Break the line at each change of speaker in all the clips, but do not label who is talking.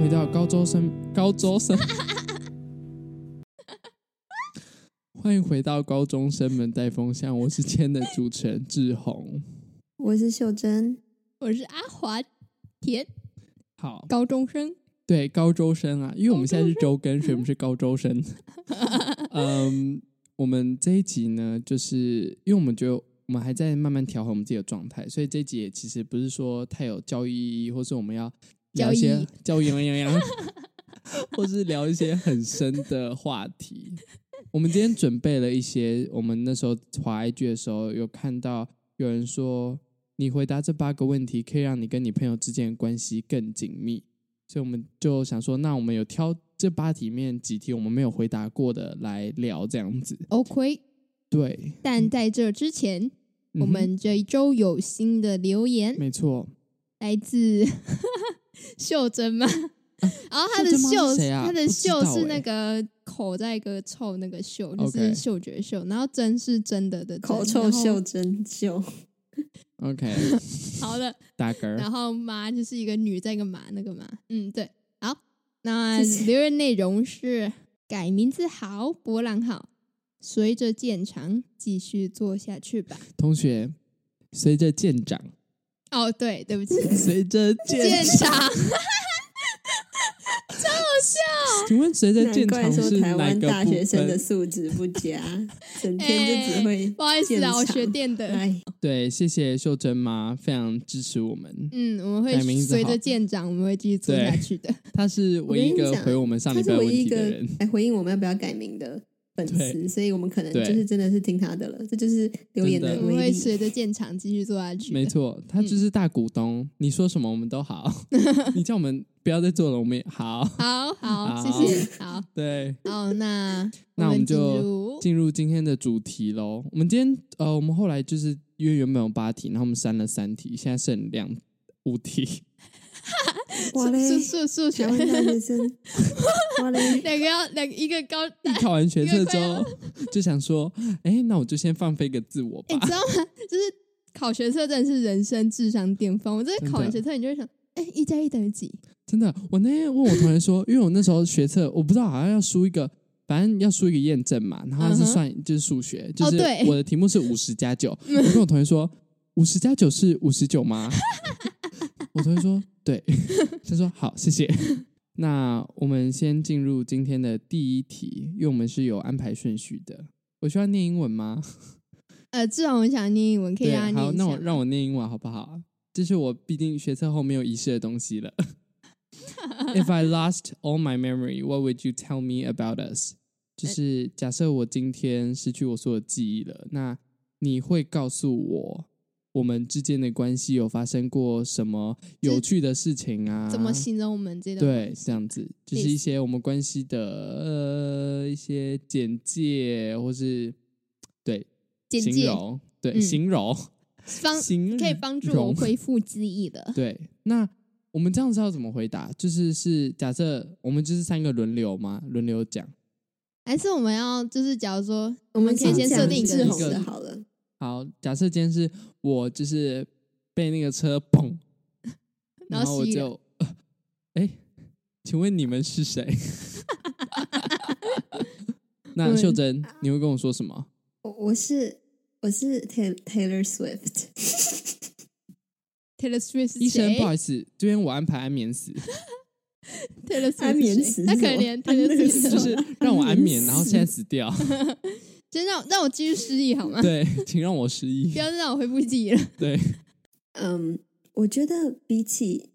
回到高中生，高中生，欢迎回到高中生们带风向，我是今天的主持人志宏。
我是秀珍，
我是阿华田，
好，
高中生。
对高中生啊，因为我们现在是周更，所以我们是高中 生。嗯，我们这一集呢，就是因为我们觉得我们还在慢慢调和我们自己的状态，所以这一集也其实不是说太有教育意义，或是我们要聊一些教育哎洋洋洋，哎 或是聊一些很深的话题。我们今天准备了一些，我们那时候滑 IG 的时候有看到有人说，你回答这八个问题可以让你跟你朋友之间的关系更紧密。所以我们就想说，那我们有挑这八题里面几题我们没有回答过的来聊，这样子。
OK，
对，
但在这之前，
嗯嗯哼
我们这一周有新的留言，
没错，
来自 秀珍吗？ 然后他的
秀珍吗
秀
是，谁啊
他的
不知道
秀是那
欸
个口在一个臭那个秀，就
OK
是嗅觉秀。然后真是真的的真
口臭
然后
秀珍秀，
OK，
好了，
大哥儿
然后妈就是一个女在一个马那个马，嗯，对，好，那
谢谢
留言内容是改名字好，波浪号，随着渐长，继续做下去吧。
同学，随着渐长，
哦，对，对不起，
随着
渐
渐，
长，
请问随着
难
渐
怪
长
说
是
台
哪
湾
个
大
部
学生的
分哎
素质不 佳，整天就只会
不好意思
渐
啊，我
长
学电
呃
的，
哎，
对，谢谢秀珍妈，非常支持我们。
嗯，我们
改名
会
字好
随着渐长，我们会继续做
对
下去 的。
她是唯一一
我
个
跟你讲
回我们上
他
礼
是
拜问
唯一一
题的
个
人。
来回应我们要不要改名的粉丝，所以我们可能
对
就是真的是听他的了，这就是留言
真
我
的
们
威
会
力。
随着渐长继续做下去的。
没错，她就是大股东，你说什么我们都好，你叫我们不要再做了，我们也好。
好好，
好
谢谢，好
对，
好，那
那我们
进
就
入
进入今天的主题喽。我们今天呃，我们后来就是因为原本有八题，然后我们删了三题，现在剩两五题。
哇嘞，
数数数学
台。湾大学生，哇 嘞，
两个要两个一个高，
一考完学测之后，就想说，哎、那我就先放飞个自我吧。
你知道吗？就是考学测真的是人生智商巅峰。我这
真的
考完学测，你就会想，哎、一加一等于几？
真的，我那天问我同学说，因为我那时候学测，我不知道好像要输一个，反正要输一个验证嘛，然后它是
嗯哼哦
算、就是数学，就是
对嗯
我的题目是五十加九，我跟我同学说，五十加九是五十九 吗？我同学说对，他说好，谢谢。那我们先进入今天的第一题，因为我们是有安排顺序的。我需要念英文吗？
呃，至少我想念英文，可以
对，
让他念
好，
一
那我
下吗
让我念英文好不好？这是我毕竟学测后没有遗失的东西了。If I lost all my memory, what would you tell me about us？就是
呃
假设我今天失去我所有记忆了，那你会告诉我我们之间的关系有发生过什么有趣的事情啊？
怎么形容我们这段
对
关，系
这样子就是
类似
一些我们关系的呃一些简介，或是对
简
形
介
容，对、
嗯
形容。
帮
形
可以帮助我
容
恢复记忆的。
对，那我们这样子要怎么回答？就是是假设我们就是三个轮流嘛，轮流讲。
还是我们要就是假如说，
我们
可以先
讲
设定一
志
个
宏
一
的
个
好了，
好，假设今天是我就是被那个车砰，
然
然
后
后我
吸
就哎、诶请问你们是谁？ 那
嗯
秀珍，你会跟我说什么？
我我是我是 Tay- Taylor Swift，
Taylor Swift 是
医生，
谁
不好意思，这边我安排安眠 死，
？Taylor Swift 是
安眠
谁
词
他
是
可
什
能
么
连
安
Taylor
那个
Swift
什
都
就
么
是
安
让我安眠，
眠
然后
死
现在死 掉。
先让让我继续失忆好吗？
对，请让我失忆
不。要再让我恢复记忆了。
对，
嗯，我觉得比起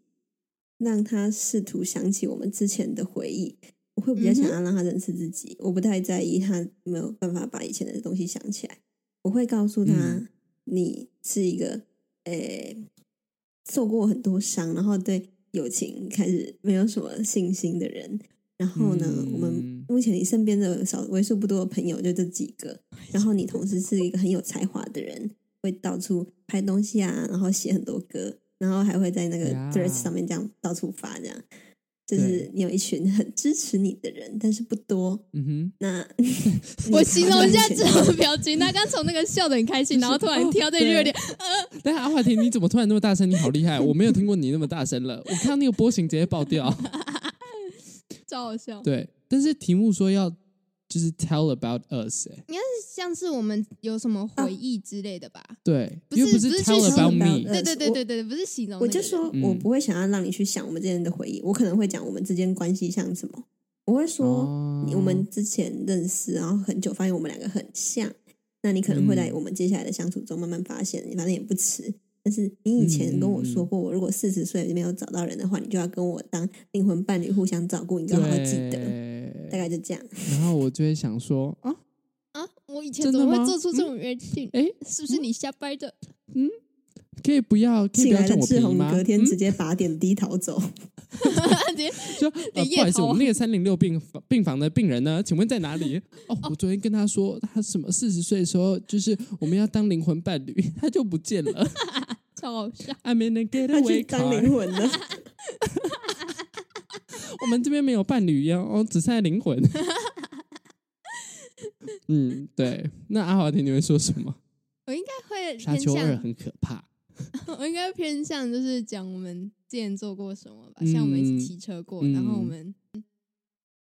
让他试图想起我们之前的回忆，我会比较想
嗯
要让他认识自己。我不太在意他有没有办法把以前的东西想起来，我会告诉他，
嗯
你是一个呃、受过很多伤，然后对友情开始没有什么信心的人。然后呢，我们
嗯
目前你身边的少为数不多的朋友就这几个，
哎
然后你同时是一个很有才华的人，会到处拍东西啊，然后写很多歌，然后还会在那个
呀
Threads 上面这样到处发，这样就
对
是你有一群很支持你的人，但是不多。
嗯哼。
那
我形容一下
之
这
后，
种 表情，他刚从那个笑得很开心，然后突然跳到热点，
哦但阿华田，你怎么突然那么大声？你好厉害！我没有听过你那么大声了。我看到那个波形直接爆掉。
超好笑。
对，但是题目说要就是 tell about us，、欸、
像是我们有什么回忆之类的吧？
对，
不
因为
是
不
不是去
tell
tell about
about me，
us
对对对对对，不是形容那个
我
人。
就说
嗯
我不会想要让你去想我们之间的回忆，我可能会讲我们之间关系像什么，我会说、
哦
我们之前认识，然后很久，发现我们两个很像。那你可能会在
嗯
我们接下来的相处中慢慢发现，你反正也不迟。但是你以前跟我
嗯
说过，我如果四十岁没有找到人的话，你就要跟我当灵魂伴侣，互相照顾，你
对
刚好会记得。大概就这样。
然后我就会想说啊，
啊，我以前
真
怎
的
么
吗
会做出这种事情？
哎，
是不是你瞎掰的？
可以不要，可以
醒
不要
来
叫
的
我
志
皮
宏
吗？
隔天
嗯
直接拔点滴逃走。
直接
就、呃、
夜
不好意思，
跑
我们那个三零六病房病房的病人呢？请问在哪里？哦，我昨天跟他说，他什么四十岁的时候，就是我们要当灵魂伴侣，他就不见了。
超好笑。
I mean a
他去
getaway
当
car，
灵魂了，
我们这边没有伴侣呀，哦，只剩下灵 魂。嗯，对。那阿华田你会说什么？
我应该会
沙
偏
丘二
向，
很可怕。
我应该偏向就是讲我们之前做过什么吧，
嗯
像我们一起骑车过，
嗯
然后我们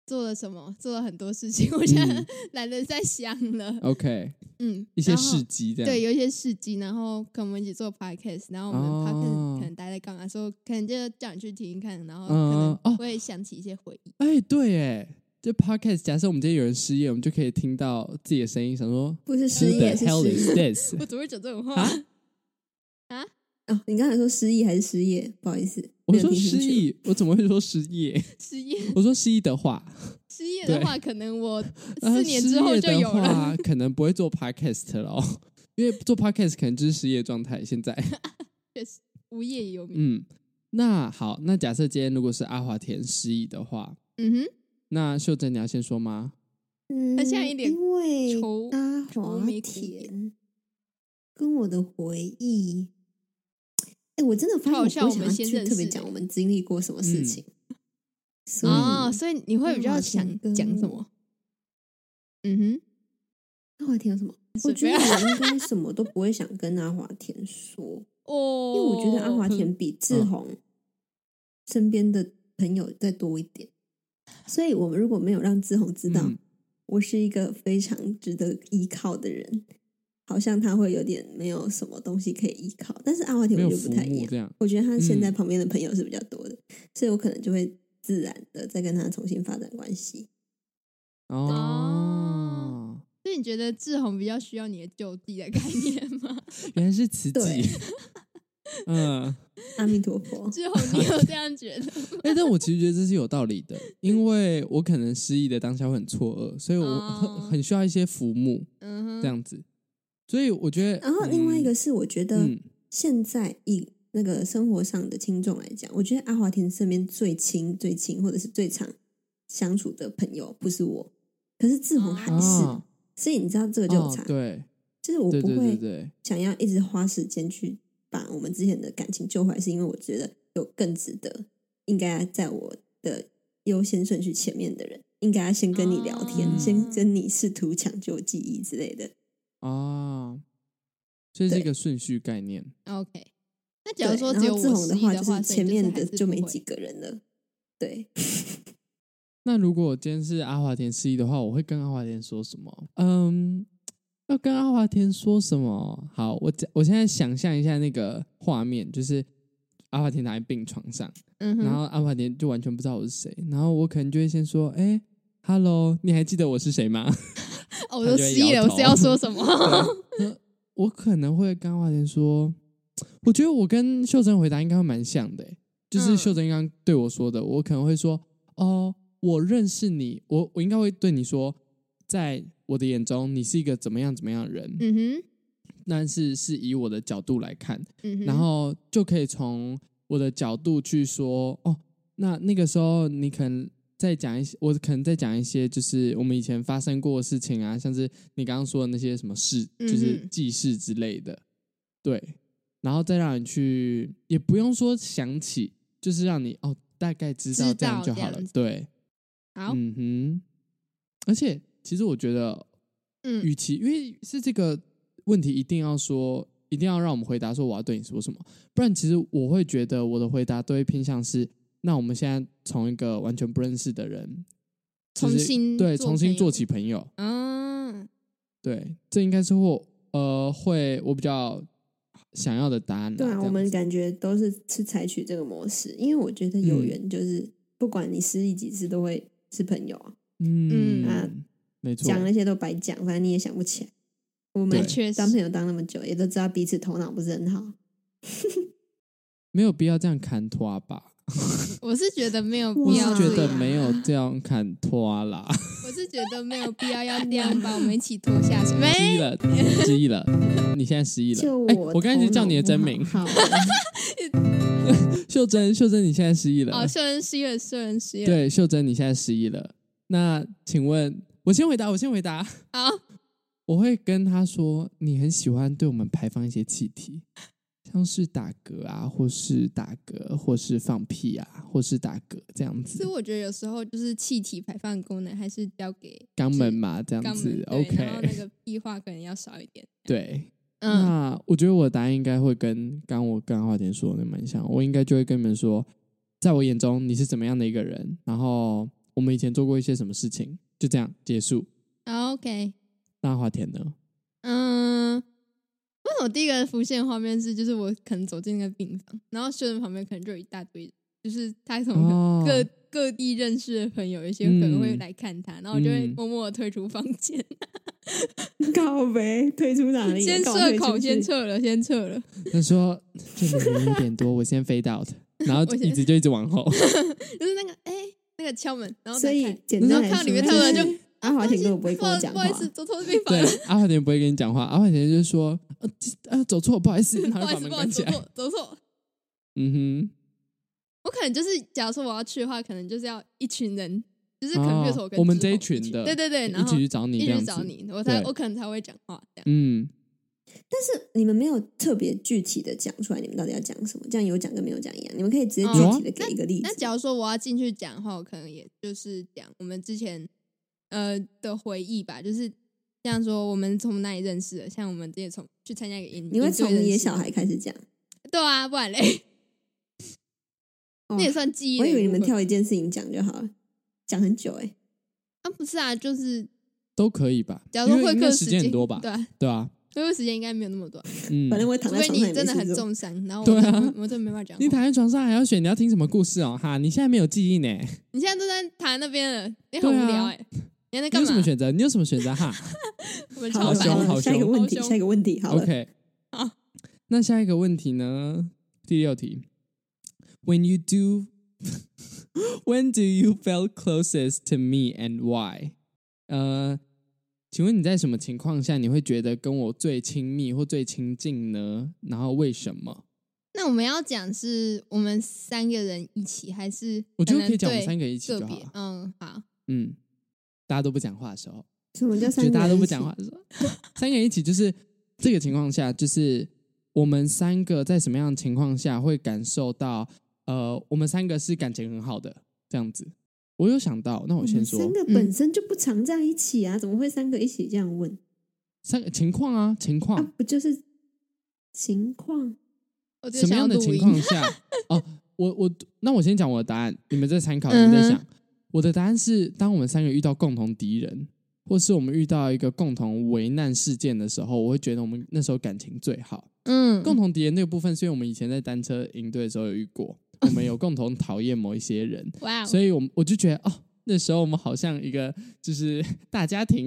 做了什么，做了很多事情， 我现在懒得再想了。
OK，
嗯，
嗯一些
然后
事迹这样。
对，有一些事迹，然后跟我们一起做 podcast，然后我们
哦
podcast 可能待在干嘛，说可能就叫你去听一看，然后
嗯
可
哦
能会想起一些回忆。
哎，对，哎，这 podcast，假设我们今天有人失业，我们就可以听到自己的声音，想说
不是
Who
失
the
业是
hell
失
is
忆
this？
我怎么会讲这种话？
啊
哦。你刚才说失忆还是失业？不好意思，
我
没有
说
听
失
进去。
忆，我怎么会说失业？
失业
我说失忆的话，
失业的
对
话，可 能我
呃
四年之后就有
啊失业的
了。
话可能不会做 podcast 了哦，因为做 podcast 可能就是失业状态。现在，
无业游民。
嗯，那好，那假设今天如果是阿华田失忆的话，
嗯
那秀珍你要先说吗？
嗯，
他现在一脸
因为
愁
阿
愁
华
眉苦
田跟我的回忆，哎、我真的
他好
发现
像
我
我
不
们
会想
先
要去
认
特别
识
讲
的
我们经历过什么事情，所
哼，
以、
嗯哦，所以你会比较
那
想
好像跟
讲什么？嗯
阿华田有什么？我觉得我
啊
应该什么都不会想跟阿华田说，
哼，哦，嗯
因为我觉得阿华田比志宏身边的朋友再多一点，所以我们如果没有让志宏知道
嗯
我是一个非常值得依靠的人，好像他会有点没有什么东西可以依靠。但是阿华田
没有
我就
浮
不太一
木
样，
这样。
我觉得他现在
嗯
旁边的朋友是比较多的，所以我可能就会自然的再跟他重新发展关系。
哦，
所以你觉得志宏比较需要你的就地的概念吗？
原来是慈
对
济。嗯，
阿弥陀 佛，
志宏，你有这样觉得吗？
哎、但我其实觉得这是有道理的，因为我可能失忆的当下会很错愕，所以我很、
哦
很需要一些浮木
嗯
这
哼，
样子。所以我觉得，
然后另外一个
嗯，
是，我觉得
嗯，
现在以那个生活上的轻重来讲，我觉得阿华田身边最亲、最亲或者是最常相处的朋友不是我，可是志宏还是，
哦
所以你知道这个就有
哦
差，
对
就是我
对
不
对对
会
对，
想要一直花时间去把我们之前的感情救回来，是因为我觉得有更值得，应该在我的优先顺序前面的人，应该要先跟你聊天，
哦
先跟你试图抢救记忆之类的。
哦，所以是一
对
个顺序概念。
OK。那假如
对
说
然
只有
后
我
志宏
失忆
话，
的
就是
话，
前面的
就
就没几个人了。对，
那如果今天是阿华田失忆的话，我会跟阿华田说什么？嗯，要跟阿华田说什么？好，我我现在想象一下那个画面，就是阿华田躺在病床上。
嗯
然
哼，
后阿华田就完全不知道我是谁，然后我可能就会先说，哎、h e l l o 你还记得我是谁吗？
哦，我都
他就会
失忆
摇
了，我
头
是要说什么？
对呃我可能会跟阿华田说，我觉得我跟秀珍回答应该会蛮像的、欸就是
嗯
秀珍刚刚对我说的，我可能会说，哦，我认识你，我我应该会对你说，在我的眼中你是一个怎么样怎么样的人，
嗯哼，
但是是以我的角度来看，
嗯哼，
然后就可以从我的角度去说，哦，那那个时候你可能再讲一些，我可能再讲一些，就是我们以前发生过的事情啊，像是你刚刚说的那些什么事，就是
嗯哼
记事之类的，对，然后再让你去，也不用说想起，就是让你哦大概知道
知
这样
道
就
这
好
样
了
子，
对，
好，
嗯哼，而且其实我觉得
嗯
与其因为是这个问题，一定要说，一定要让我们回答说我要对你说什么，不然其实我会觉得我的回答都会偏向是那我们现在从一个完全不认识的人，就
重
是
新
对
做
重
朋
新
友
做起朋友，
啊，
对，这应该是我呃会我比较想要的答案啦。
对
这
啊，
样
我们
子
感觉都是是采取这个模式，因为我觉得有
嗯
缘就是、不管你失忆几次都会是朋友啊，
嗯
嗯
啊
没错，
讲那些都白讲，反正你也想不起来。我
对
们
确实
当朋友当那么久，也都知道彼此头脑不是很好。
没有必要这样砍拖吧。
我是觉得没有
我
我
必
是
要
觉
这
得
样
没有这样砍拖 啦，
我是觉得没有必要要这样把我们一起拖下去。
失忆
没，
了，失忆了，你现在失忆了。
就
哎
我，
我刚才一直
头
叫你的
脑
真
不
名，
好啊
秀珍，秀珍，你现在失忆了。
哦，秀恩失业，秀恩失业。
对，秀珍，你现在失忆了。那请问，我先回答，我先回答。
好，
我会跟他说，你很喜欢对我们排放一些气体，像是打嗝啊，或是打嗝，或是放屁啊，或是打嗝这样
其实
子，
我觉得有时候就是气体排放功能还是交给
肛门嘛，这
肛
样
门
子。
对然后那
OK，
个屁话可能要少一 点。
对。
嗯，
那我觉得我的答案应该会跟刚我跟花田说的蛮像，我应该就会跟你们说，在我眼中你是怎么样的一个人，然后我们以前做过一些什么事情，就这样结束。
好，OK，
那花田呢？
嗯。为什么第一个浮现的画面是，就是我可能走进那个病房，然后秀恩旁边可能就有一大堆，就是他从
哦
嗯各、各地认识的朋友，有一些可能会
嗯
来看他，然后我就会
嗯
默默的退出房间，
靠呗，退出哪里？
先
搞
撤
退出
口，先
去。
撤了，先撤了。
他说这里人有点多，我先飞到 的，然后
我先
椅子就一直往后。
就是那个哎、那个敲门，然后
所
再
以
看
简单
你
来
知道看到
说，
里面
就是
他们
阿华田根本不会
不
跟
好
我
意思
讲
不
话
好意，思，走错病 房
对
了，，
阿华田不会跟你讲话，阿华田就是说，呃，呃，走错，不好意 思，然
不
后就把
好意
门
思，不好意
关
思，
起来。
走错，走错。
嗯
我可能就是，假如说我要去的话，可能就是要一群人，就是
哼，
可能比如说
哦
跟
我们
志
这一
宏
群的，
对对对，然
一
后
起去找你，
一
这样
直
子
找，你，我才
对
我可能才会讲话这样。
嗯，
但是你们没有特别具体的讲出来，你们到底要讲什么？这样有讲跟没有讲一样，你们可以直接具
有啊
体的给一个例子。
哦那假如说我要进去讲的话，我可能也就是讲我们之前呃的回忆吧，就是像说我们从哪里认识的，像我们之前从去参加一个营，
你会
营队
从
认识
野
的
小孩开始讲，
对啊，不然嘞，
哦
那也算记忆
我
的一部分。
以为你们挑一件事情讲就好了，讲很久哎、
啊，不是啊，就是
都可以吧？
假如说
因为
会
因为
客
时间很多吧
对？啊，
对啊，
会客时间应该没有那么多，
嗯，
反正我
除
躺在
非
床上
你
也
真的
没
很
事做。
重伤，然后我
对啊
就我就没办法讲话。
你躺在床上还要选你要听什么故事哦，哈，你现在没有记忆呢，
你现在都在躺在那边了，你很无
对
聊
啊
哎，你还在
你
干
有什么
嘛？
选择？你有什么选择？哈
啊我们
好
超
好
了
凶
好了，
烦
好
下一个
凶
问
好
题，
凶
下一个问题，好了。
，OK，
好
那下一个问题呢？第六题，When you do, when do you feel closest to me and why？呃，请问你在什么情况下你会觉得跟我最亲密或最亲近呢？然后为什么？
那我们要讲是我们三个人一起，还是
我觉得
能
可以讲我们
对
三个一起
个
就好
别
了。
嗯，好，
嗯，大家都不讲话的时候，
什么叫
就
三
是
个？
大家都不讲话，的时候，三个人一起就是这个情况下，就是我们三个在什么样的情况下会感受到呃，我们三个是感情很好的这样子。我有想到，那
我
我
们
先
嗯
说嗯
三个本身就不常在一起啊，怎么会三个一起这样问？
三个情况啊，情
啊，
况
不就是情况？
我就
什么
想要
样的
录
情
音。
况下？哦，我我那我先讲我的答案，你们再参考，你们再
嗯
想。我的答案是，当我们三个遇到共同敌人，或是我们遇到一个共同危难事件的时候，我会觉得我们那时候感情最好。
嗯，
共同敌人那个部分，是因为我们以前在单车营队的时候有遇 过，我们有共同讨厌某一些人，
哇哦，
所以我们我就觉得哦，那时候我们好像一个就是 大家庭，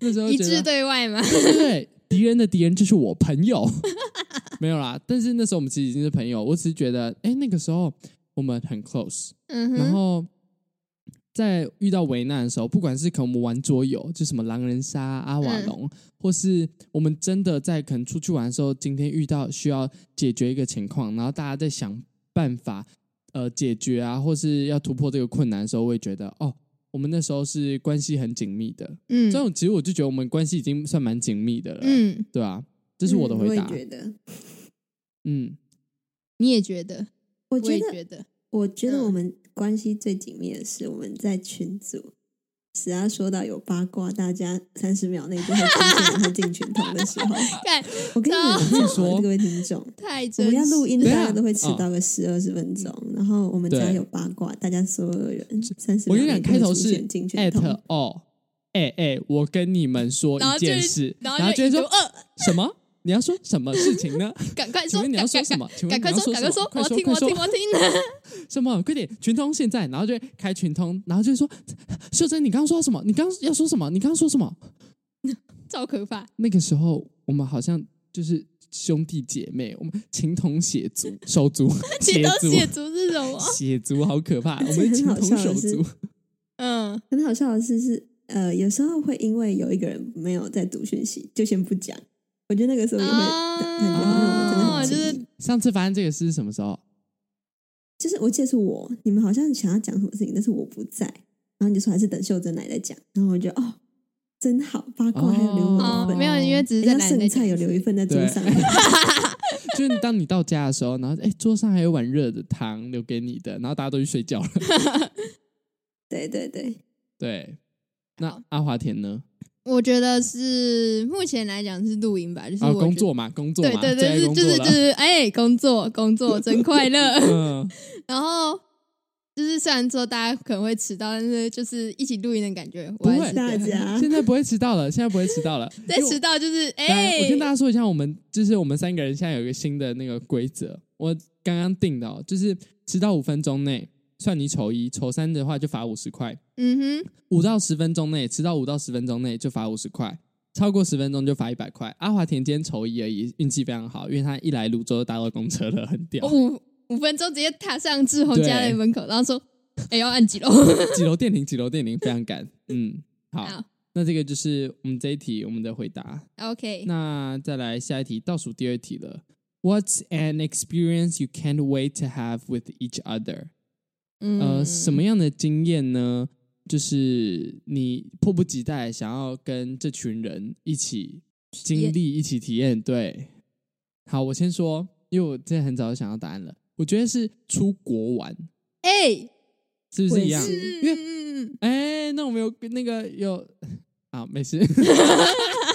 那时候
一
觉得
致对外嘛。
对对对， 敌人的敌人就是我朋友，没有啦。但是那时候我们其实已经是朋友，我只是觉得哎，那个时候我们很 close，
嗯
然
哼，
后在遇到危难的时候，不管是可能我们玩桌游，就什么狼人杀、阿瓦隆，
嗯
或是我们真的在可能出去玩的时候，今天遇到需要解决一个情况，然后大家在想办法呃解决啊，或是要突破这个困难的时候，我也觉得哦，我们那时候是关系很紧密的。
嗯
这种其实我就觉得我们关系已经算蛮紧密的了，
嗯，
对啊，这是我的
嗯
回答
我。也觉得，
嗯，
你也觉得，嗯
我
我
觉
也
得，
觉得，
我觉
嗯
得我们关系最紧密的是我们在群组只要说到有八卦，大家三十秒内就会出现他进群通的时候。
看
我跟你们
跟你
说，
说
各位听众，
太
我
真
们要
实
录音，大
等一下
家都会迟到个十二十分钟。
嗯
然后我们只
对
要有八卦，大家所有人三十
我
秒
跟你
内
讲，
就
开
会
头
出
是
现进群
at
通。
哦，哎哎，我跟你们说
然后
一
就
件
是
事，
然后
后
就
就会
一
说
读二，
什么？你要说什么事情 呢？
哦赶快
请
说，
问你要
赶
说
赶
什么？请问你
赶快
要
说，
说什么？
赶快说，我
快
要
说，
听，我
快
要听，我
说，
要听。
什么？快点，群通现在，然后就会开群通，然后就说秀珍，你刚刚说什么？你刚刚要说什么？你刚刚说什么？
超可怕！
那个时候我们好像就是兄弟姐妹，我们情同血 族，手足
你
血
都
族
解足是什么？
血族，好可 怕！我
而且
们
很
情
好
同
笑的
手
是
足，
嗯，
很好笑的是，是呃，有时候会因为有一个人没有在读讯息，就先不讲。我觉得那个时候也会
啊
感觉好像我们真的
哦
很
就
亲
是
密
上次发生这个事是什么时候？
就是我记得是我，你们好像想要讲什么事情，但是我不在，然后你就说还是等秀珍来再讲，然后我就哦，真好八卦还有留我
哦
一
哦，
份，
没有，因为只是在
人家
懒
剩
得讲
菜有留一份在桌上，
就是当你到家的时候，然后哎，桌上还有碗热的汤留给你的，然后大家都去睡觉了。
对对对，
对，那阿华田呢？
我觉得是目前来讲是露营吧，就是
啊，
我觉得
工，作嘛，工作
对
嘛，
对
最爱
对，是
工
就
作
是
了
就是，哎，工作工作真快乐。
嗯，
然后就是虽然说大家可能会迟到，但是就是一起录音的感觉，
不
我
会
还是觉得
大
很
家
现在不会迟到了，现在不会迟到了。
再
因为
迟到就是
来，
哎，
我跟大家说一下，我们就是我们三个人现在有一个新的那个规则，我刚刚定的哦，就是迟到五分钟内算你丑一，丑三的话就罚五十块，
嗯哼，
五到十分钟内迟到五到十分钟内就罚五十块，超过十分钟就罚一百块。阿华田今天丑一而已，运气非常好，因为他一来泸州就搭到公车了，很屌
我。五五分钟直接踏上志宏家的
对
门口，然后说，哎，要按几楼？
几楼电铃？几楼电铃？非常赶。嗯，好，
好
那这个就是我们这一题我们的回答。
OK，
那再来下一题，倒数第二题了。What's an experience you can't wait to have with each other？、呃，
嗯
什么样的经验呢？就是你迫不及待想要跟这群人一起经历、一起体验。对，好，我先说，因为我之前很早就想到答案了。我觉得是出国玩，
哎，
是不
我
是
也
一样？
是
因为
嗯，
哎、那我们有那个有啊，没 事。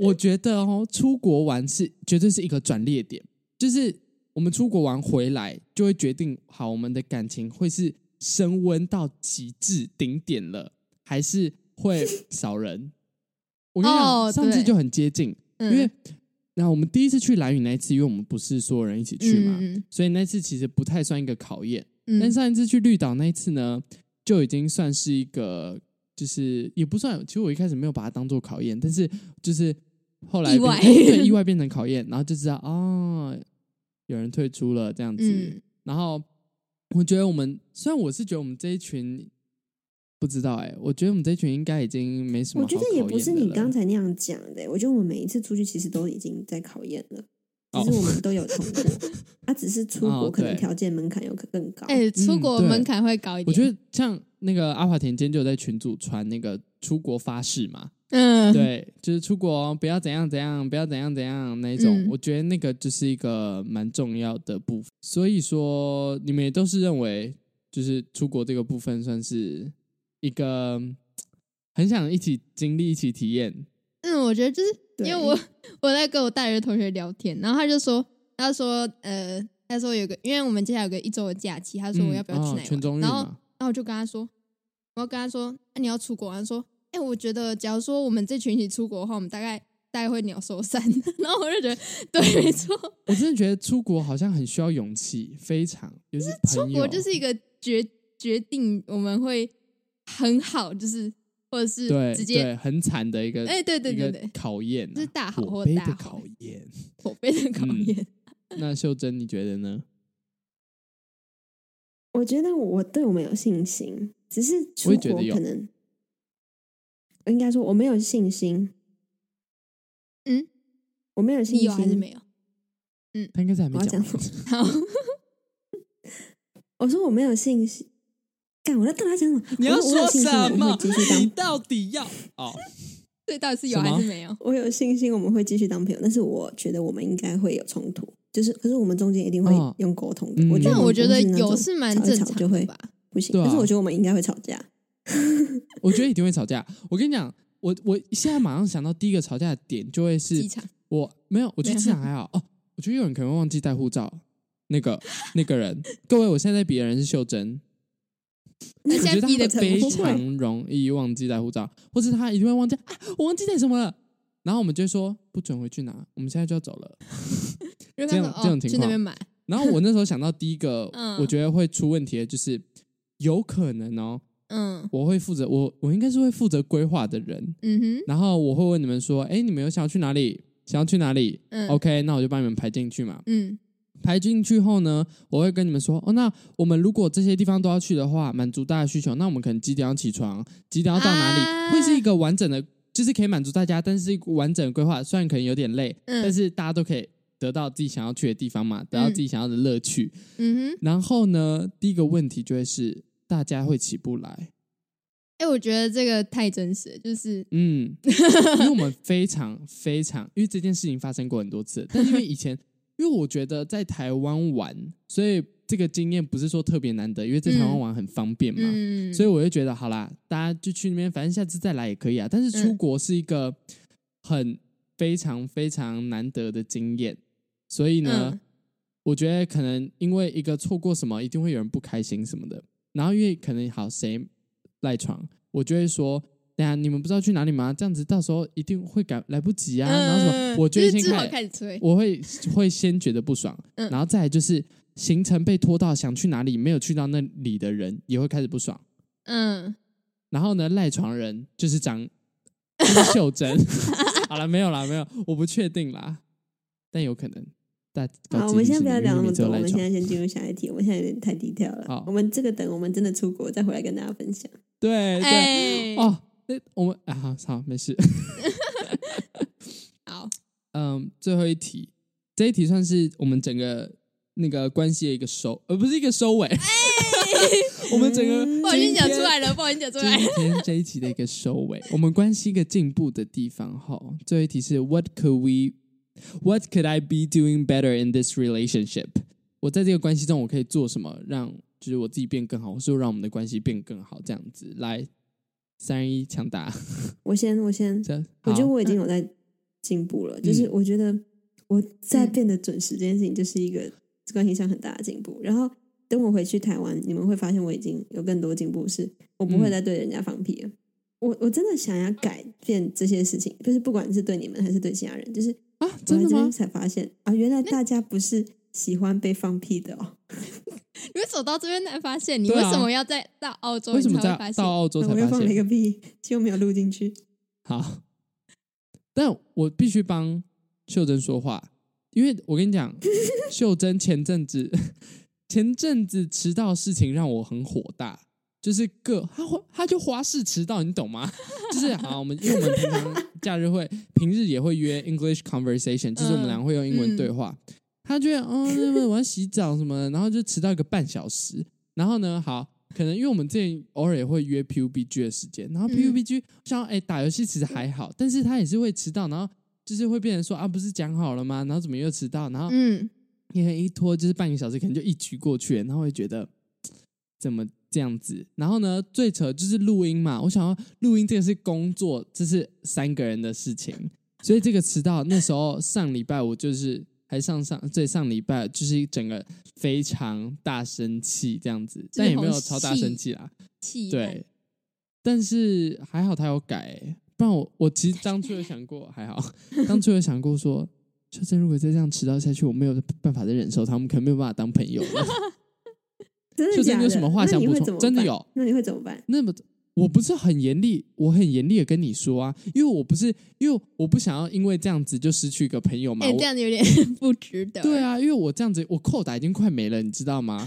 我觉得哦，出国玩是绝对是一个转捩点，就是我们出国玩回来，就会决定好我们的感情会是升温到极致顶点了，还是 会少人。我跟你讲
哦
上次
对嗯
就很接近，
因
因为那我们第一次去蓝屿那一次，因为我们不是所有人一起去
嗯
嘛，所以那次其实不太算一个考验。
嗯
但上一次去绿岛那一次呢，就已经算是一个，就是也不算。其实我一开始没有把它当做考验，但是就是后来
意
变
外
对意外变成考验，然后就知道哦，有人退出了这样子。
嗯
然后我觉得我们，虽然我是觉得我们这一群不知道哎、我觉得我们这一群应该已经没什么
我
好考
觉
验
得
的了。
也不是你刚才那样讲的，欸我觉得我们每一次出去其实都已经在考验了，只是
哦
我 们都有通过，他只是出
哦
国可能
对
条件门槛有可更高，
哎，出
嗯
国
对
门槛会高一点，
我觉得像那个阿华田今天就有在群组传那个出国发誓嘛，
嗯，
对，就是出国哦、不要怎样怎样，不要怎样怎样那一种，
嗯
我觉得那个就是一个蛮重要的部分。嗯所以说，你们也都是认为，就是出国这个部分算是一个嗯很想一起经历、一起体验。
嗯，我觉得就是因为
对
我我在跟我大学同学聊天，然后他就说，他说呃，他说有个，因为我们接下来有个一周的假期，他说我要不要去
嗯
哪
哦、
里
全
玩？
中运
然后然
嘛？
后我就跟他说，我要跟他说，那、你要出国啊？他说，哎、我觉得假如说我们这群一起出国的话，我们大概大概会鸟兽散。 然后我就觉得对，没错，
我真的觉得出国好像很需要勇气，非常，尤其是
出
朋友
国就是一个决决定我们会很好，就是或者是
对
直接
对很惨的一个，
哎对对
一
对
个
对
考验、啊，
就是大好
火
或
杯
大
的
坏
考验。
火杯的考
嗯
验。
那秀珍，你觉得呢？
我觉得我对我们有信心，只是出
我也觉
国
得有
可能，我应该说我没有信心。
嗯，
我没有信
你
心，
有还是没有？
嗯
她应该是还没
我要
讲
讲
完。
什么
好，
我说我没有信心。干，我在大家讲什么？
你要
我我有
说
信心我
什
们
么
会继续？
你
当，
到底要哦？
对，到底是有
什么
还是没有？
我有信心我们会继续当朋友，但是我觉得我们应该会有冲突，就是可是我们中间一定会
哦
用沟通的。我
嗯
觉得
但
我
我
们
觉得
不是那
有
种
是蛮
吵一
正
吵
常
就
的
会
吧。
不行，
对啊
可是我觉得我们应该会吵架。
我觉得一定会吵架。我跟你讲，我我现在马上想到第一个吵架的点，就会是
机场
我没有，我觉得
没有
机场还好哦。我觉得有人可能会忘记带护照，那个 那个人，各位，我现在在比的人是秀珍，
而
我觉
且
得
逼的
他非
悲
不会
惨，
常容易忘记带护照，或是他一定会忘记啊，我忘记带什么了。然后我们就会说不准回去拿，我们现在就要走了。
这
这样这种情
哦去那
况
边买，
然后我那时候想到第一 个，
嗯
我觉得会出问题的就是，有可能哦，
嗯
我会负责我我应该是会负责规划的人，
嗯哼，
然后我会问你们说，哎，你们有想要去哪里？想要去哪里、
嗯
o k 那我就帮你们排进去嘛。
嗯
排进去后呢，我会跟你们说，哦，那我们如果这些地方都要去的话，满足大家的需求，那我们可能几点要起床，几点要到哪里，
啊
会是一个完整的，就是可以满足大家，但是一个完整的规划，虽然可能有点累，但
嗯
是大家都可以得到自己想要去的地方嘛，得到自己想要的乐趣。
嗯哼。
然后呢，第一个问题就会是大家会起不来，
哎、我觉得这个太真实了，就是
嗯，因为我们非常非常，因为这件事情发生过很多次，但因为以前，因为我觉得在台湾玩，所以这个经验不是说特别难得，因为在台湾玩很方便嘛，
嗯，
所以我就觉得好啦，大家就去那边，反正下次再来也可以啊。但是出国是一个很非常非常难得的经验，所以呢，
嗯
我觉得可能因为一个错过什么，一定会有人不开心什么的。然后因为可能好谁赖床，我就会说。等一下，你们不知道去哪里吗？这样子到时候一定会赶来不及啊。然后什么，
嗯
我就会
是
先
至少
看，
开始催，
我会会先觉得不爽，
嗯
然后再来就是行程被拖到想去哪里没有去到那里的人也会开始不爽。
嗯，
然后呢，赖床人就是长就是袖珍。 好了，没有啦，没有，我不确定啦，但有可能。大
好，我们现在不要聊那么多，
高
我
几率
们现
是你因
在
为你只有赖床
先进入下一题。我们现在有点太低调了
好，
我们这个等我们真的出国再回来跟大家分享。
对对、
哎
哦，那我们啊好好没事。
好，
嗯，最后一题，这一题算是我们整个那个关系的一个收，而、不是一个收
哎
尾。 我们整个
嗯
不小心讲
今
出
天
来了，不小心讲出
今
来了，
天这一期的一个收尾，我们关心一个进步的地方哈。最后一题是 What could we, What could I be doing better in this relationship？我在这个关系中，我可以做什么让就是我自己变更好，或是让我们的关系变更好？这样子，来三一抢答，
我先，我先，
这
我觉得
好嗯
我已经有在进步了，就是我觉得我在
嗯
变得准时这件事情，就是一个关系上很大的进步。然后等我回去台湾，你们会发现我已经有更多进步，是我不会
嗯
再对人家放屁了。我我真的想要改变这些事情，就是不管是对你们还是对其他人，就是我
啊，
来
真
这
的
边
吗？
才发现啊，原来大家不是喜欢被放屁的哦。
你为走到这边才发现，你
对
为
啊
什么要在到澳洲
为
你
什
才
么
会发
在
现
到？澳洲
啊
才
我又
发
放了一
现？
个屁，结果没有录进去。
好，但我必须帮秀珍说话，因为我跟你 讲，秀珍前阵子 前阵子迟到事情让我很火大，就是各她花她就花式迟到，你懂吗？就是好，我们因为我们平 常假日会平日也会约 English conversation，就是我们
嗯
俩会用英文对话。她就会哦，那个我要洗澡什么的，然后就迟到一个半小时。然后呢，好，可能因为我们之前偶尔也会约 PUBG 的时间，然后
嗯
PUBG 像哎、打游戏其实还好，但是他也是会迟到，然后就是会变成说啊不是讲好了吗？然后怎么又迟到？然后
嗯，
因为一拖就是半个小时，可能就一局过去了，然后会觉得怎么这样子？然后呢，最扯就是录音嘛，我想要录音这个是工作，这是三个人的事情，所以这个迟到那时候上礼拜我就是还上上对上礼拜就是整个非常大生气这样子，但也没有超大生气啦，
气
对，但是还好他有改、欸不然我我其实当初有想过，还好当初有想过说，秀珍如果再这样迟到下去，我没有办法再忍受他，我们可能没有办法当朋友了。
真的
秀
假的？
珍，你有什么话
那
想
你
补
会怎
充？
么
真的
办？
有？
那你会怎么办？
那么我不是很严厉，我很严厉的跟你说啊，因为我不是因为我不想要因为这样子就失去一个朋友嘛。
哎、
我
这样子有点 不值得。
对，啊，因为我这样子，我扣打已经快没了，你知道吗？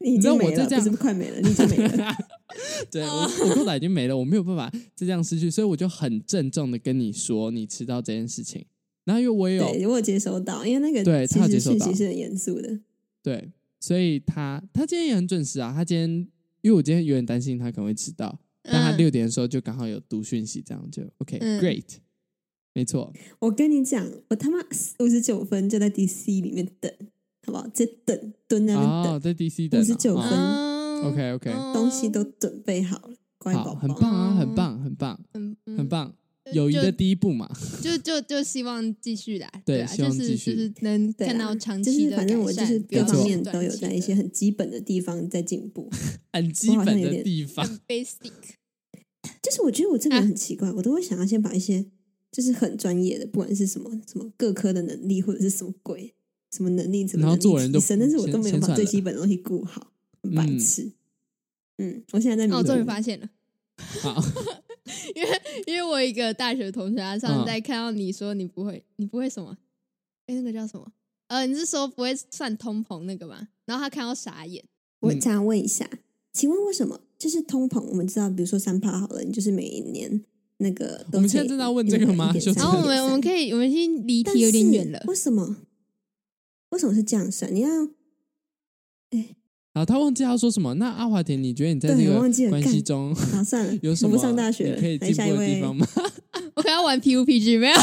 你已
你知道
经
我
没
在
了，
这
不
样
是快没了，你已经没了。
对我，我扣打已经没了，我没有办法就这样失去，所以我就很郑重的跟你说，你迟到这件事情。然后因为我也有
对，我有接收到，因为那个
对
其
他有接
实
收
讯
到
息是很严肃的。
对，所以他他今天也很准时啊。他今天因为我今天有点担心他可能会迟到，但他
嗯
六点的时候就刚好有读讯息，这样就 OK、
嗯
great，没错。
我跟你讲，我他妈五十九分就在 DC 里面等，好不好？直接等，蹲在那边等，
嗯
哦，在 DC 等啊
59分
哦 OK，OK
东西都准备好了，关于宝宝，
好，
哦
很棒啊，
嗯
很棒，很棒，
嗯，嗯
很，棒，友谊的第一步嘛。
就就就希望继续来，
对
啊，
希
就
望
是
继
就
续
是能
对啊
看到长
就
期
是
的
反正我就是
各
各方面
都
都有在一些很基本的地方在进步。
很基
我好像
本
有
的
点
地方，
很 basic，
就是我觉得我这个
嗯
人很奇怪，我都会想要先把一些就是很专业的，不管是什么什么各科的能力，或者是什么鬼什么能力，怎么
然后
能力
做人都
提升但是我
先
都没有
先
把
算
最
了
基本的东西顾好，很白
嗯哦
痴。嗯，我现在在
那
弥
我终于
补。
发现了，
好，
因为因为我有一个大学同学，他
嗯
上次在看到你说你不会，你不会什么？哎，那个叫什么？呃，你是说不会算通膨那个吗？然后他看到傻眼，
我
嗯
想问一下，请问为什么就是通膨？我们知道，比如说三趴好了，你就是每一年那个都
我们
可以
现在正在问这个吗
1.3
修正
哦然后我们我们可以我们已经离题有点远了
但是，为什么？为什么是这样算？你要
好，他忘记他说什么。那阿华田，你觉得你在
对
这
我
个
忘记了
关系
干
中
好算了，
有什
我
么
不上大学
你
了，
可以
来
进
下一
步的
位
地方吗？
我可能要玩 PUPG 没有？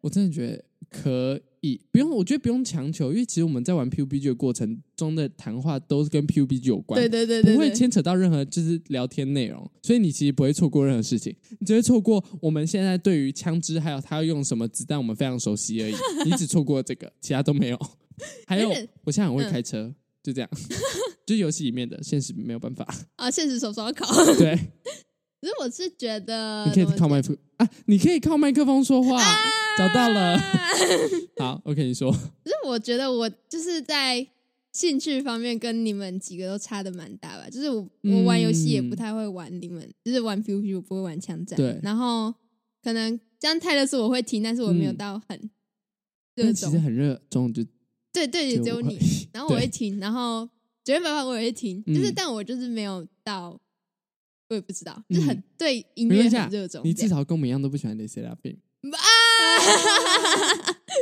我真的觉得可以，不用，我觉得不用强求，因为其实我们在玩 PUBG 的过程中的谈话都是跟 PUBG 有关，
对对对对
不会
对，
牵扯到任何就是聊天内容，所以你其实不会错过任何事情，你只会错过我们现在对于枪支还有它要用什么子弹我们非常熟悉而已，你只错过这个，其他都没有。还有
而且，
我现在很
嗯
会开车，就这样， 就游戏里面的，现实没有办法。
啊，现实手刷考。
对，
可是我是觉得，
你可以
怎么
靠麦克啊，你可以靠麦克风说话，
啊
找到了。 啊好，OK，你说，
可是我觉得我就是在兴趣方面跟你们几个都差的蛮大吧，就是我我玩游戏也不太会玩你们，就是玩 PVP 我不会玩枪战，
嗯对
然后可能像泰勒斯我会听，但是我没有到很
嗯
热
但其
衷，
实很热衷，就
对对，也
就
只有
我
你， 然后我会听，然后九天白发我也会听，
嗯
就是但我就是没有到，我也不知道，
嗯
就是很对音
没
乐
关系啊
很热衷，
你
这
至
样
少跟我们一样都不喜欢雷塞拉 病。
啊，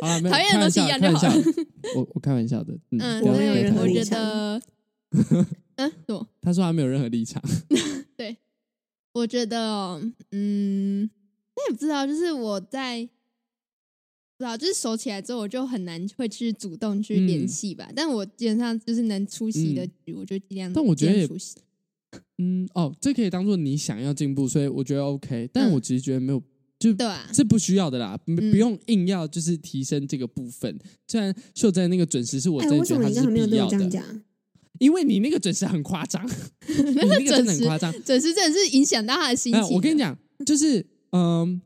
好啦没有
讨厌的
开玩
东西
笑
一样
开玩
就好了
笑我我开玩笑的，嗯，
嗯，
不要
我
所
没有
太
以
任何
我
太
立
觉
场
得，嗯，什么？
他说他没有任何立场，
我觉得哦，嗯，我也不知道，就是我在，不知道，就是熟起来之后，我就很难会去主动去联
嗯
系吧。但我基本上就是能出席的
嗯
局，我就尽量。
但我觉得也
出席，
嗯，哦，这可以当做你想要进步，所以我觉得 OK，但
嗯
我只是觉得没有，就
对啊，
是不需要的啦，不
嗯
不用硬要就是提升这个部分。虽然秀珍那个准时是我
哎，
真的
为什
觉得
么
它
你刚才
是
没有
必
对
要
我这样
的，
讲？
因为你那个准时很夸张， 你
那
那
个
个真
准
的很
时
夸张，
准时真的是影响到他的心
那
情。啊
我跟你，讲，就是嗯，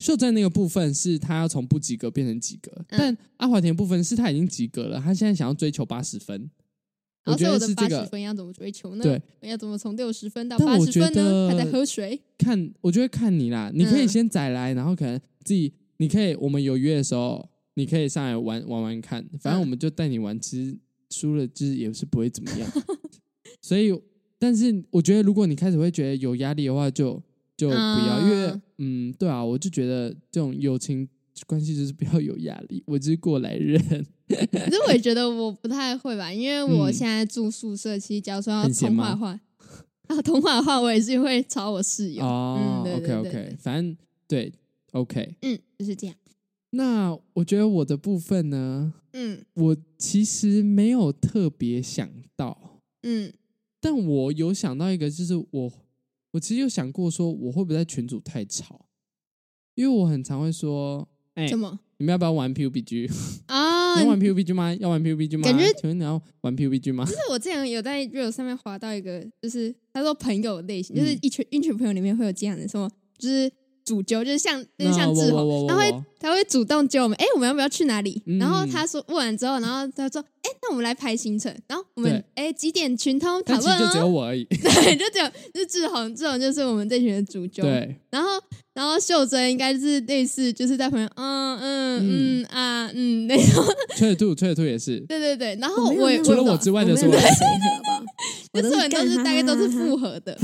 秀珍那个部分是她要从不及格变成及格，
嗯
但阿华田的部分是她已经及格了，她现在想要追求八十分。
然后
觉
哦所以我
得
的
是
八
这
十
个
分要怎么追求呢？
对，
要怎么从六十分到
但
八
我
十
觉
分呢？
得
他在喝水，
看，我觉得看你啦，你可以
嗯
先载来，然后可能自己，你可以我们有约的时候，你可以上来玩玩玩看，反正
嗯
我们就带你玩，其实输了就是也是不会怎么 样，所以，但是我觉得如果你开始会觉得有压力的话就，就不要，因为
嗯
嗯，对啊，我就觉得这种友情关系就是不要有压力，我只是过来 人，
可是我也觉得我不太会吧，因为我
嗯
现在住宿舍，其实假如说要
很闲
通话的
吗
话， 啊，通话的话，我也是会吵我室友。
哦、
对
o
嗯对
k
对
OK，
对
反正对 OK，
嗯，就是这样。
那我觉得我的部分呢，
嗯
我其实没有特别想到，
嗯
但我有想到一个，就是我我其实有想过说，我会不会在群组太吵，因为我很常会说，哎、
什么
你们要不要玩 PUBG？、
啊？
你要玩
就
PUBG 吗？要玩 PUBG 吗？
感觉
请问你要玩 PUBG 吗？
是我之前有在 Real 上面滑到一个，就是他说朋友类型，就是
嗯
一群一群朋友里面会有这样的什么，就是主揪，就是像就是像
我
志
嗯我
宏，
我我
他会
我
他会主动揪我们，哎，我们要不要去哪里？
嗯
然后他说问完之后，然后他说，哎，那我们来排行程，然后我们哎几点群通讨
但其实
论
就只有
哦，
我而已。
对，就只有就是志宏，志宏就是我们这群的主揪，
对，
然后，然后秀珍应该就是类似，就是在旁边，嗯嗯嗯啊嗯那种，
翠兔翠兔也是，
对对对。然后
哦我没有
哦我也
那么
除了
我
我之外的
我
所有
没有那
人
么随和吧？我
就
都
是很多
干
是
哈
大概都是
哈哈
复 合的。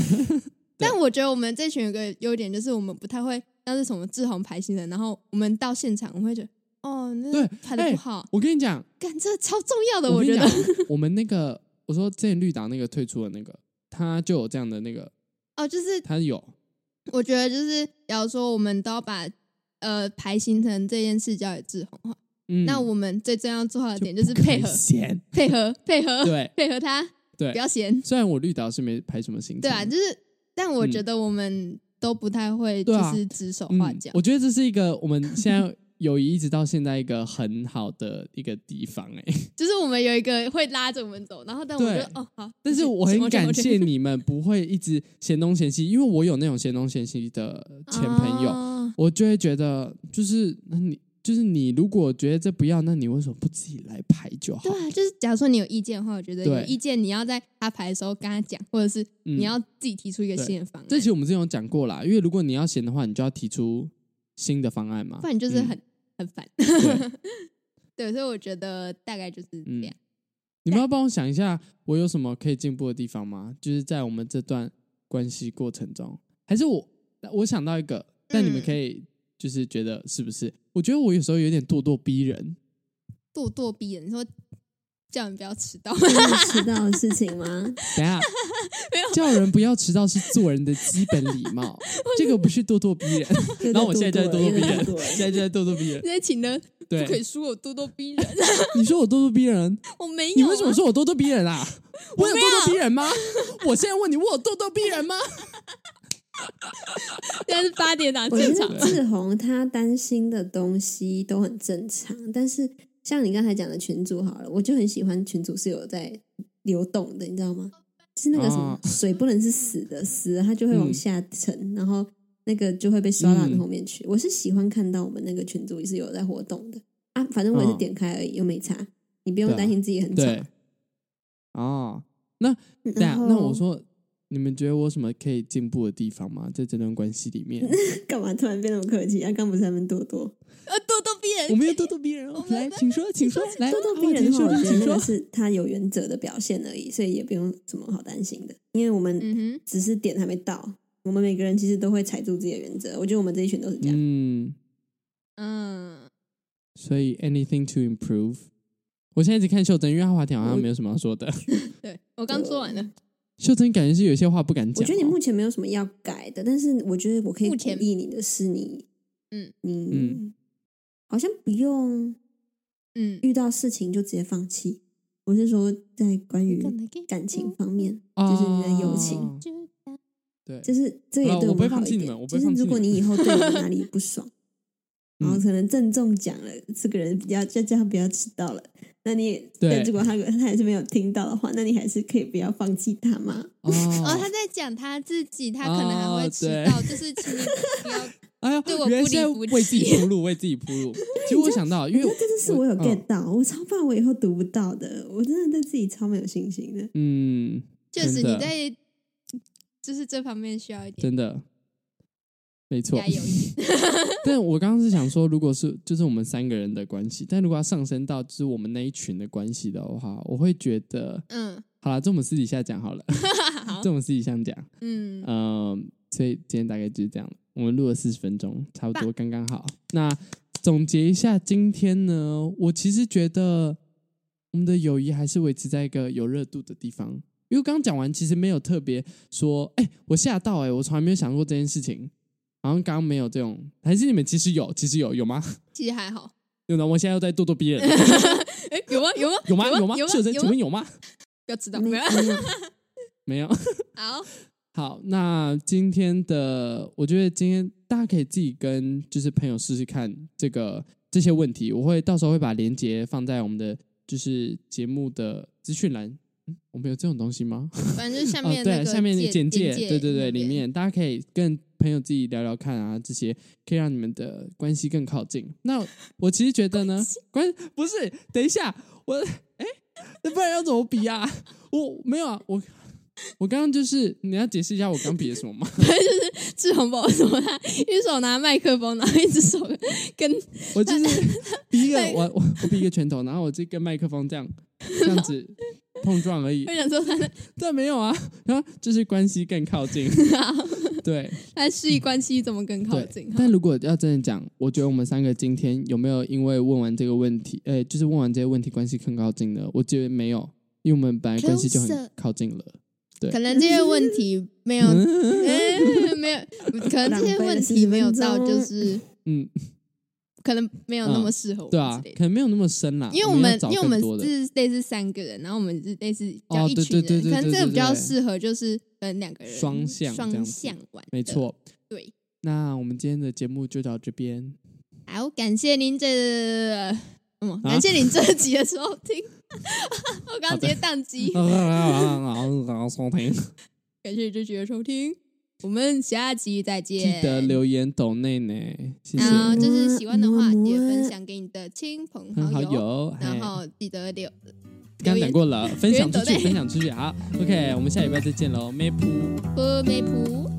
但我觉得我们这群有个优点就是我们不太会像是什么志宏排行的，然后我们到现场我们会觉得，哦，那
对
排的
哎
不好，
我跟你讲，
干这超重要的，
我
我
跟
觉
你
得
讲。， 我们那个我说之前绿岛那个退出的那个，他就有这样的那个，
哦，就是
他有，
我觉得就是，假如说我们都要把呃排行程这件事交给志宏的话，
嗯，
那我们最重要做好的点就是
不可以
配合
闲，
配合配合
对。嗯
配合他。
对
不，要嫌。
虽然我绿岛是没排什么行程，
对啊，就是，但我觉得我们都不太会，
嗯对
就
啊
是指手画
嗯
脚，。
我觉得这是一个我们现在友谊一直到现在一个很好的一个地方 哎、
就是我们有一个会拉着我们走，然后但我们
对
就哦好，
但是
就
我很
我觉得
感
我觉得
谢你们不会一直嫌东嫌西，因为我有那种嫌东嫌西的前朋友，
啊
我就会觉得就是那你就是你如果觉得这不要，那你为什么不自己来排就好
对？啊，就是假如说你有意见的话，我觉得
对
有意见你要在他排的时候跟他讲，或者是
嗯
你要自己提出一个
对
新的方案，
这其实我们之前有讲过啦，因为如果你要嫌的话，你就要提出新的方案嘛，
不然你就是
嗯
很、很烦。
对
对，所以我觉得大概就是
嗯
这样。
你们要帮我想一下，我有什么可以进步的地方吗？就是在我们这段关系过程中，还是我我想到一个，但你们可以就是觉得是不是？我觉得我有时候有点咄咄逼人，
咄咄逼人，你说叫人不要迟 到，
这是迟到的事情吗？
等一下叫人不要迟到是做人的基本礼貌，这个不是咄咄逼人。
又
然后我现在就在咄咄逼
又在
人
咄咄，
现在就在咄咄逼人
现。在请的不可以
对，
说我咄咄逼人，
你说我咄咄逼人，
我没有、啊。
你为什么说我咄咄逼人啊？我有
没
咄
有
咄逼人吗？我现在问你，我有咄咄逼人吗？
现在是八点档
我觉
正常啊
得？志宏他担心的东西都很正常，但是像你刚才讲的群主好了，我就很喜欢群主是有在流动的，你知道吗？是那个什么、
哦
水不能是死的，死了它就会往
嗯
下沉，然后那个就会被刷到你
嗯
后面去。我是喜欢看到我们那个群主是有在活动的啊，反正我也是
嗯
点开而已，又没差，你不用
对啊
担心自己很吵。嗯
对， 哦，对啊
然，后
那我说，你们觉得我有什么可以进步的地方吗？在这段关系里面，
干嘛突然变那么客气？啊，刚不是他们多多
呃，咄咄逼人
我，没有咄咄 逼人哦。来，请说，请说，来，
咄
阿
咄
华
逼人哦
田
的话，
说
我觉得
请
那个
说。
是他有原则的表现而已，所以也不用什么好担心的，因为我们
嗯
只是点还没到，我们每个人其实都会踩住自己的原则。我觉得我们这一群都是这样。
嗯，
哼，嗯，
所以 anything to improve。我现在一直看秀珍，因为阿华田好像没有什么要说的。
对我刚说完了，
秀珍感觉是有些话不敢讲哦。
我觉得你目前没有什么要改的，但是我觉得我可以
目
鼓
前
励你的是你，
嗯
你
嗯
好像不用
嗯，
遇到事情就直接放弃。我是说，在关于感情方面，就是你的友情，
哦对，
就是这也
好啦
对
我不会
们好
放弃
一
你
点
们我。不
就
会
是
放弃
如果
你
你以后对我们 哪里不爽，然后
嗯
可能郑重讲了，这个人比较就叫他不要迟到了，那你也
对
但如果他他还是没有听到的话，那你还是可以不要放弃他嘛。
哦，
哦，他在讲他自己，他可能还会迟
哦对
到，就是请你不 要
哎呀
对我，不
原来是在
离不
为自己铺路，为自己 铺路。其实我想到，因为
那这就是我有
嗯
get 到，我超怕我以后读不到的，我真的对自己超没有信心的。
嗯，
确实
真的
你在就是这方面需要一点
真的，没错
加。油一点。
但我刚刚是想说，如果是就是我们三个人的关系，但如果要上升到就是我们那一群的关系的话，我会觉得，
嗯，
好啦，这我们私底下讲好了，
好
这，我们私底下讲，
嗯，
嗯、所以今天大概就是这样了，我们录了四十分钟，差不多刚刚好。那总结一下今天呢，我其实觉得我们的友谊还是维持在一个有热度的地方，因为刚刚讲完，其实没有特别说，哎、我吓到、哎，我从来没有想过这件事情，好像刚刚没有这种，还是你们其实有，其实有有吗？
其实还好。
有呢，我现在又在咄咄逼人，
哎，有吗？有吗？
有吗？
有
吗？
有啊
秀珍，
有
请
吗
问？有吗？
不要迟到，
没
不要。
没有
没
啊
有。
好，
好，那今天的，我觉得今天大家可以自己跟就是朋友试试看这个这些问题，我会到时候会把链接放在我们的就是节目的资讯栏。嗯，我们有这种东西吗？
反正就是下
哦，
面那
对，
个
下面的
简
简
介，
对对对，
那边
里面大家可以跟朋友自己聊聊看啊，这些可以让你们的关系更靠近。那我其实觉得呢，关不是，等一下，我哎，那不然要怎么比啊？我没有啊，我我刚刚就是你要解释一下我刚比的什么吗？
志宏宝什么他一手拿麦克风，然后一只手跟
我就是比一个
对
我我我比一个拳头，然后我就跟麦克风这样这样子碰撞而已
我，想说他在
但没有啊，然后就是关系更靠 近，对。
他示意关系怎么更靠
对，
近？
但如果要真的讲，我觉得我们三个今天有没有因为问完这个问题，呃，就是问完这些问题，关系更靠近呢？我觉得没有，因为我们本来关系就
Closer
很靠近了。
可能这些问题没有，
嗯
嗯哎没有，可能这些问题没有到，就是
嗯，
可能没有那么
嗯
适合我
对
们
啊
之类，的。
可能没有那么深啦，
因为我
我要
们
找
因为我
更
们
多的
是类似三个人，然后我们是类似比较
哦
一
对
群
对对
人，
对
可能
对
这个
对
比较
对
适合就是呃两个人
双向这样子
双向玩，
没。错。
呃对，
那我们今天的节目就到这边，
好，感谢您这
啊
嗯，感谢您这集的收听。 我刚刚直接宕机，
啊嗯收听，
感谢这集的收听，我们下集再
记
见。
得留言抖内呢，谢谢，
然后就是喜欢的话，
么么
也分享给你的亲朋
很嗯好
好友，
友，嘿
然后记得留
刚刚
留言
讲过了，分享出
留
去，
言抖内
分享出去，好，OK，我们下礼拜再见喽，咩噗。
波梅普。